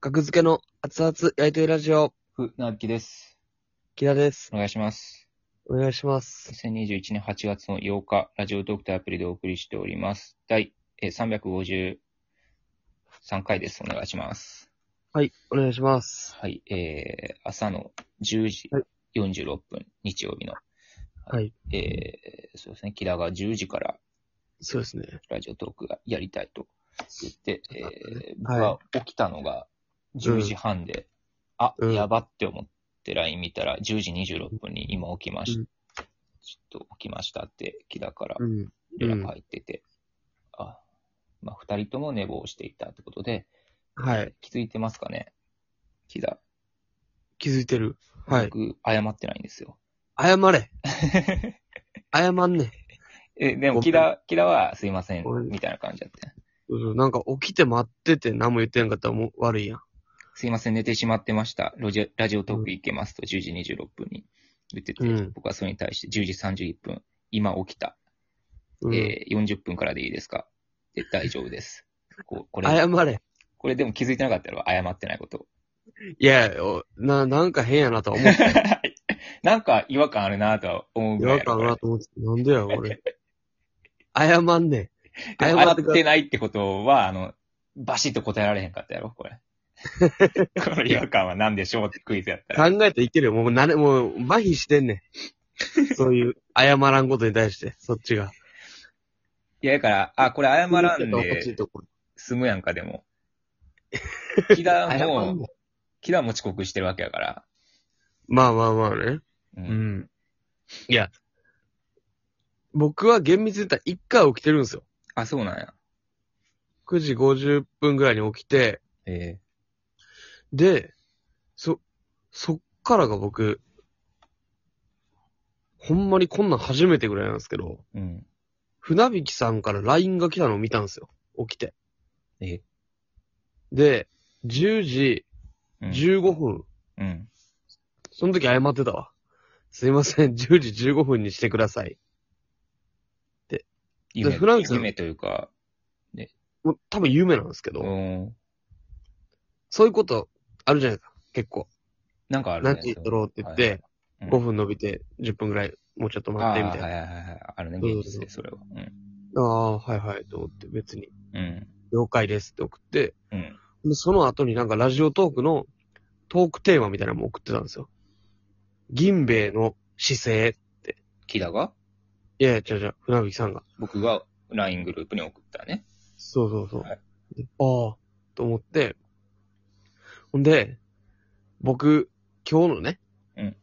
格付けの熱々焼いてるラジオ、ふ、なっきです。木田です。お願いします。お願いします。 2021年8月の8日、ラジオドクターアプリでお送りしております。第えー353回です。お願いします。はい、お願いします。はい、えー、朝の10時はい46分、日曜日の。はい、えー、そうですね、木田が10時からそうですね。ラジオトークがやりたいと言って、えー、僕はいは起きたのが10時半で、あ、うんやばって思って LINE 見たら10時26分に今起きましうた。んちょっと起きましたって、木田からうん。連絡入ってて、あ、まあ、二人とも寝坊していたってことで、はい、気づいてますかね木田。気づいてる。はい。僕、謝ってないんで すよ。謝れ。謝んね。え、でごめも、ん木田、木田はすいませんごめん、みたいな感じだった。うん、なんか起きて待ってて何も言ってなかったらもう悪いやん。すいません、寝てしまってました。ロジラジオトーク行けますと、10時26分に言ってうて、ん僕はそれに対して10時31分、今起きた。うん、えー40分からでいいですかで大丈夫です。ここれ、謝れ。これでも気づいてなかったら謝ってないこと。 いや、おな、なんか変やなとは思って。なんか違和感あるなとは思うぐ違ら和いやろ。感あるなと思って。なんでや、俺。謝んね。で謝も謝っってくだてないってことは、あの、バシッと答えられへんかったやろ、これ。この違和感は何でしょうってクイズやったら。考えていけるよ。もう、なれ、もう、麻痺してんね ん。そういう、謝らんことに対して、そっちが。いや、だから、あ、これ謝らんおかでしいとこ済むやんか、で も。木田謝もん、ね木田も遅刻してるわけやから。まあまあまあね。うう。ん。いや、僕は厳密に言ったら1回起きてるんですよ。あ、そうなんや。 9時50分ぐらいに起きて、えで、そ、そっからが僕、ほんまにこんなん初めてぐらいなんですけど、えうん。船引さんから LINE が来たのを見たんですよ。起きて。えで、10時うん。 15分、うん。その時謝ってたわ。すいません、10時15分にしてください。夢フランス夢というか、もう多分夢なんですけど、うん。そういうことあるじゃないですか、結構。なんかあるね。何時に撮ろうって言って、はい5分伸びて10分ぐらいもうちょっとそう待ってみたいあーな。はいはいはいはい。あるね、そうそう現実で、それは。ああ、はいはい、と思って別に、うん。うん。了解ですって送って、うん。でその後になんかラジオトークのトークテーマみたいなのも送ってたんですよ。銀兵衛の姿勢。木田がいやいや、違う違う、船引さんが。僕が LINE グループに送ったね。そうそうそう。はでああ、と思って。ほんで、僕、今日のね、うん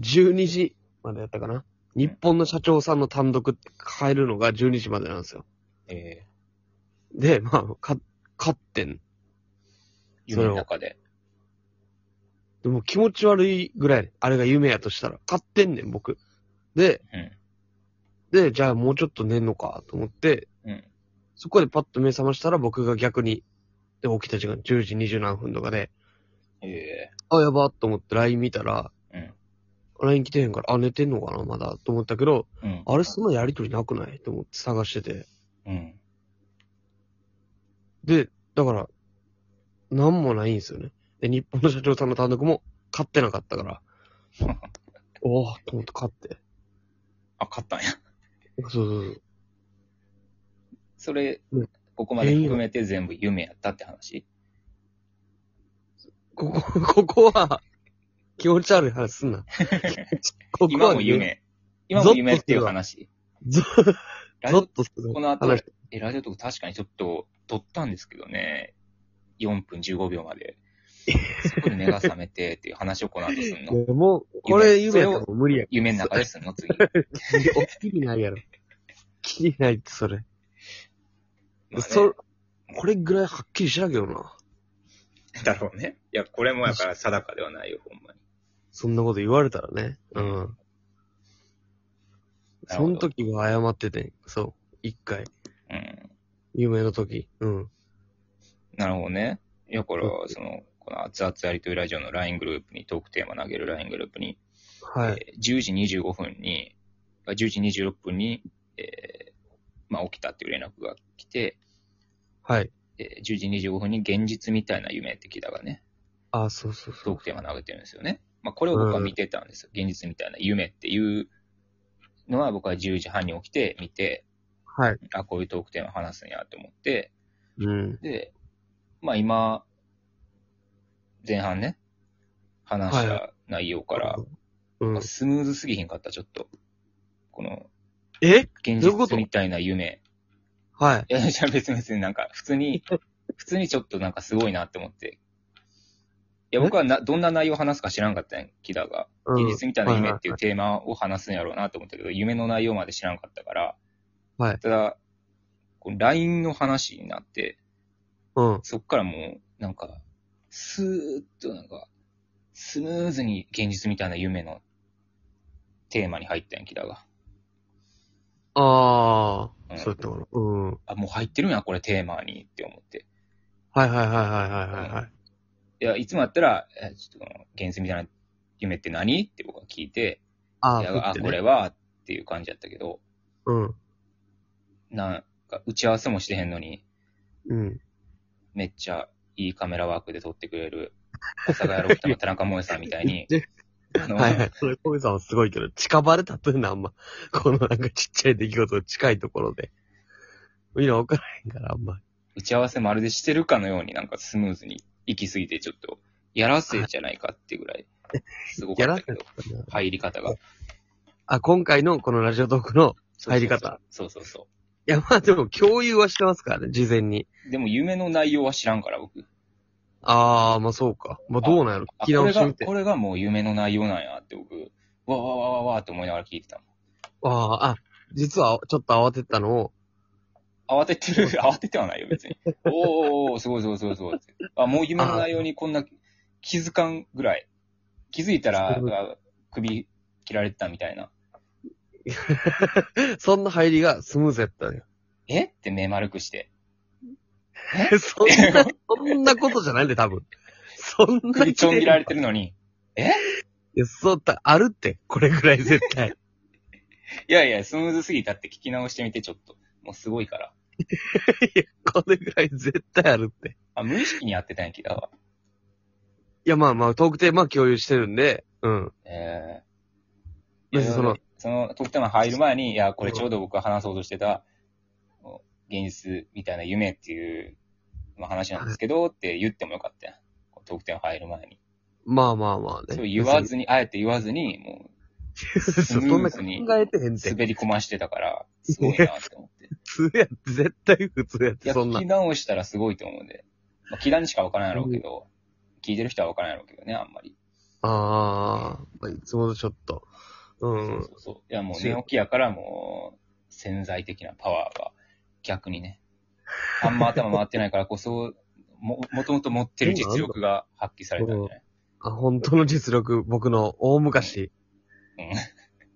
12時までやったかな。日本の社長さんの単独変えるのが12時までなんですよ。ええで、まあ、か、勝ってん。夢の中で。でも気持ち悪いぐらいやね、あれが夢やとしたら、勝ってんねん、僕。で、うんで、じゃあもうちょっと寝んのか、と思って、うん。そこでパッと目覚ましたら僕が逆に、で、起きた時間10時20何分とかで、ええあ、やばと思って LINE 見たら、うん。 LINE 来てへんから、あ、寝てんのかな、まだ、と思ったけど、うん。あれ、そんなやりとりなくないと思って探してて。うん。で、だから、なんもないんですよね。で、日本の社長さんの単独も、買ってなかった から、おおと思って買って。あ、勝ったんや。そうそうそう。それうん、ここまで含めて全部夢やったって話。ここ、 ここは、気持ち悪い話すん な。ここは、ね、今も夢。今も夢っていう話。ゾラジゾオッとする。この後話、え、ラジオとか確かにちょっと撮ったんですけどね。4分15秒まで。そこで目が覚めてっていう話をこの後すん の。でもう、これ夢やったらそもう無理や。 夢の中ですんの 次。おっきりないやろ。きりないって、それ。まあねそ、これぐらいはっきりしなきゃよな。だろうね。いや、これもやから定かではないよ、ほんまに。そんなこと言われたらね。うん。なるそほどの時は謝ってて、そう。一回。うん。夢の時。うん。なるほどね。いや、これうは、その、この熱々やりとりラジオの LINE グループに、トークテーマ投げる LINE グループに、はい。えー10時25分に、あ10時26分に、えーまあ、起きたっていう連絡が来て、はい。えー10時25分に現実みたいな夢的だがね、あ、そうそうそトーう。クテーマ投げてるんですよね。まあ、これを僕は見てたんですよ。現実みたいな夢っていうのは僕は10時半に起きて見て、はい。あ、こういうトークテーマ話すんやと思って、うん。で、まあ今、前半ね、話した内容から、うんまあ、スムーズすぎひんかった、ちょっと。この、え現どういうこと実みたいな夢。はい。いや、じゃあ別に別になんか、普 通に、普通にちょっとなんかすごいなって思って。いや、僕はな、どんな内容を話すか知らんかったんやキダが。う現ん。実みたいな夢っていはうテーマを話すんやろうなと思ったけど、夢の内容まで知らんかったから。はいただ、この LINE の話になって、うん。そっからもう、なんか、スーッとなんか、スムーズに現実みたいな夢のテーマに入ったんやキダが。あうあ、んそうやったから。うん。はいあ、もう入ってるんや、これテーマにって思って。はいはいはいはいはいはい。いや、いつもやったら、えちょっとこの、現実みたいな夢って何って僕は聞いて、あいやあ、振あ、ってこね。れは、っていう感じやったけど、うん。なんか、打ち合わせもしてへんのに、うん。、めっちゃいいカメラワークで撮ってくれる、阿佐ヶ谷ロフトの田中萌さんみたいにであ の、はいはい。それ、コメさんはすごいけど、近場で例えるのあんま、このなんかちっちゃい出来事の近いところで。みんなわからへんから、あんまり。打ち合わせまるでしてるかのようになんかスムーズに行き過ぎて、ちょっと、やらせじゃないかっていうぐらい、すごかやっらせたけど、たな入り方が。あ、今回のこのラジオトークの、入り方そうそうそいやまあでも共有はしてますからね、事前に。う。でも夢の内容は知らんから、僕。ああ、まあそうか。まあどうなんやろあ聞きこ直れしてが、みて。これがもう夢の内容なんやって僕、わわわわわって思いながら聞いてたああ、あ、実はちょっと慌てたのを、もん。慌てて る、慌ててはないよ別に。おーおーおーすごいすごいすごいすごいって。あ、もう夢の内容にこんな気づかんぐらい。気づいたら、すごいあ首切られてたみたいな。そんな入りがスムーズやったのよ。えって目丸くして。 そんな、そんなことじゃないんで多分。そんな首ちょん切らいれてるのに。や、そうだ、あるって、これぐらい絶対。いやいや、スムーズすぎたって聞き直してみてちょっと。もうすごいから。これぐらい絶対あるって。あ、無意識にやってたんや、気だわ。いや、まあまあ、トークテーマは共有してるんで、うん。ええ別にその、その、特典入る前に、いや、これちょうど僕が話そうとしてた、現実みたいな夢っていう、まあ、話なんですけど、って言ってもよかったやん。特典入る前に。まあまあまあね。そう言わずに、あえて言わずに、も別に、スムーズにそんな考えてへんう、て。滑り込ましてたから、すごいなって思って。普通やって、絶対普通やっいて、や、そんな聞き。直したらすごいと思うんで。まあ、聞いたにしかわからんやろうけど、聞いてる人はわからんやろうけどね、あんまり。ああ、まあ、いつもとちょっと。う。そうんそうそう。いや、もう寝起きやからもう、潜在的なパワーが、逆にね。あんま頭回ってないからこそ、も、もともと持ってる実力が発揮されたんじゃないあ、本当の実力、僕の大昔。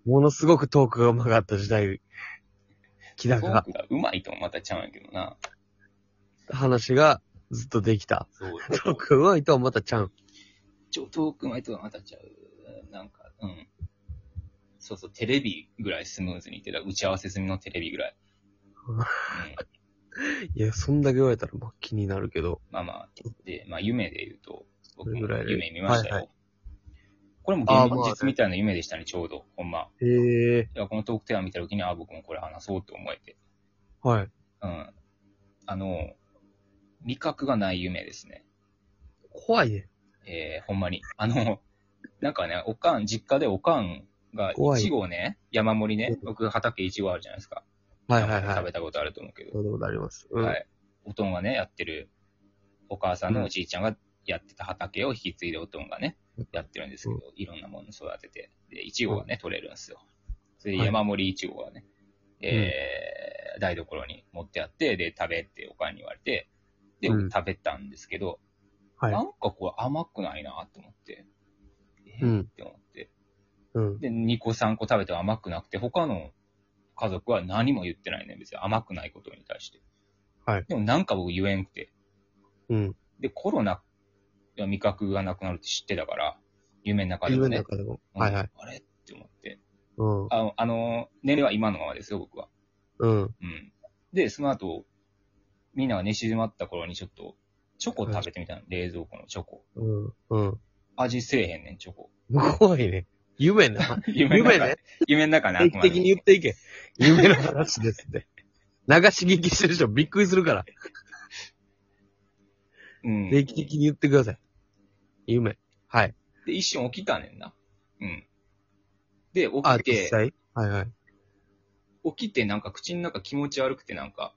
うものすごくトークがうまかった時代、木ん。田トーが、クが上手いともまたちゃうんやけどな。話がずっとできた。そう。トークがうまいとはまたちゃん。ちょトーク上手いとはまたちゃう。なんか、うん。そうそう、テレビぐらいスムーズにいってた。打ち合わせ済みのテレビ ぐらい。うんうん。いや、そんだけ言われたら、まあ、気になるけど。まあまあ、で、まあ夢で言うと、僕もそれぐらいで夢見ましたよ。はいはこれもあーまあ現実みたいな夢でしたね、ちょうど。ほんま。へえ、いや、このトークテーマ見た時に、あ、僕もこれ話そうと思えて。はい。うん。あの、味覚がない夢ですね。怖いね。えー、ほんまに。あの、なんかね、おかん、実家でおかんが、怖いいちごをね、山盛りねう、僕畑いちごあるじゃないですか。はいはいなんか食はべい。たことあると思うけど。そういうことあります。うん。はい。おとんがね、やってる、お母さんのおじいちゃんがやってた畑を引き継いでおとんがねうん、やってるんですけど、いろんなもの育てて、で、いちごがね、取れるんですよ。それはでい山盛りいちごがね、えー、台所に持ってあって、で、食べっておかんに言われて、で、うん食べたんですけど、はいなんかこれ甘くないなと思って、えうんーって思って。うん。で、2個3個食べても甘くなくて、他の家族は何も言ってないね、別に甘くないことに対して。はいでもなんか僕言えんくて。うん。で、コロナ、味覚がなくなるって知ってたから、夢の中で自も分のね。中でも。うんはいはい。あれって思って。うん。あの、あの年齢は今のままですよ、僕は。うん。うん。で、その後、みんなが寝静まった頃にちょっと、チョコ食べてみたの、冷蔵庫のチョコ。うん。うん。味せえへんねん、チョ コ。怖いね。夢な。 夢の中夢ね。夢の中な、定期的に言っていけ。夢の話ですって。流し聞きしてる人びっくりするから。うん。定期的に言ってください。夢。はい。で、一瞬起きたねんな。うん。で、起あ、き実て、際はいはい。起きてなんか口の中気持ち悪くてなんか、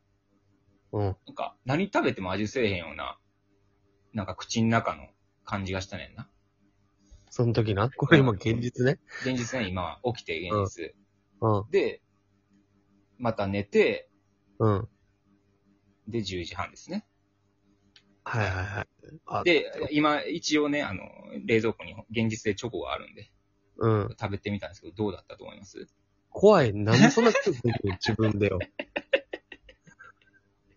うん。なんか何食べても味せえへんような、なんか口の中の感じがしたねんな。その時な。これ今現実ね。現実ね、今、起きて現実。うん。で、また寝て、うん。で、10時半ですね。はいはいはい。あで、今、一応ね、あの、冷蔵庫に現実でチョコがあるんで、うん。食べてみたんですけど、どうだったと思い ます怖い。なんでそんなことできるの自分で よ。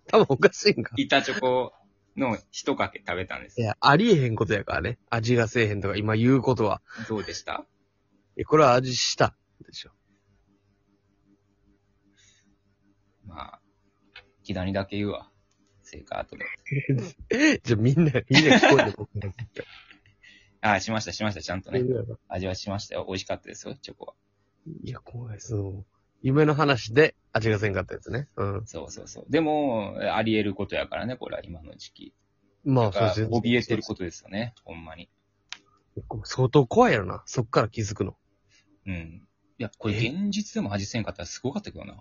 多分おかしいんか。板チョコの一かけ食べたんですい。や、ありえへんことやからね。味がせえへんとか、今言うことは。どうでしたえ、これは味した。 でしょ。まあ、木谷だけ言うわ。正解後で。じゃあみんな、みんな聞こえてこあ、しました、しました、ちゃんとね。 ない。味はしましたよ。美味しかったですよ、チョコは。いや、怖い、そう。夢の話で味がせんかったやつね。うん。そうそうそう。でも、あり得ることやからね、これは今の時期。まだあ、かそうらです怯えてることですよね、ほんまに。相当怖いやろな。そっから気づくの。うん。いや、これえ現実でも味せんかったらすごかったけどな。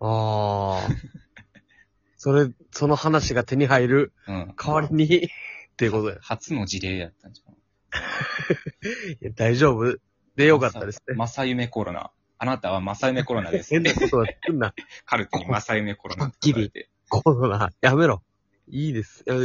ああ。 それ、その話が手に入るうん。代わりに、っていうことや。初の事例やったんじゃん。いや大丈夫でよかったですね。正夢コロナ。あなたは正夢コロナです。変なことは作んな。カルテに正夢コロナって書かれて。コロナ、やめろ。いいです。やめ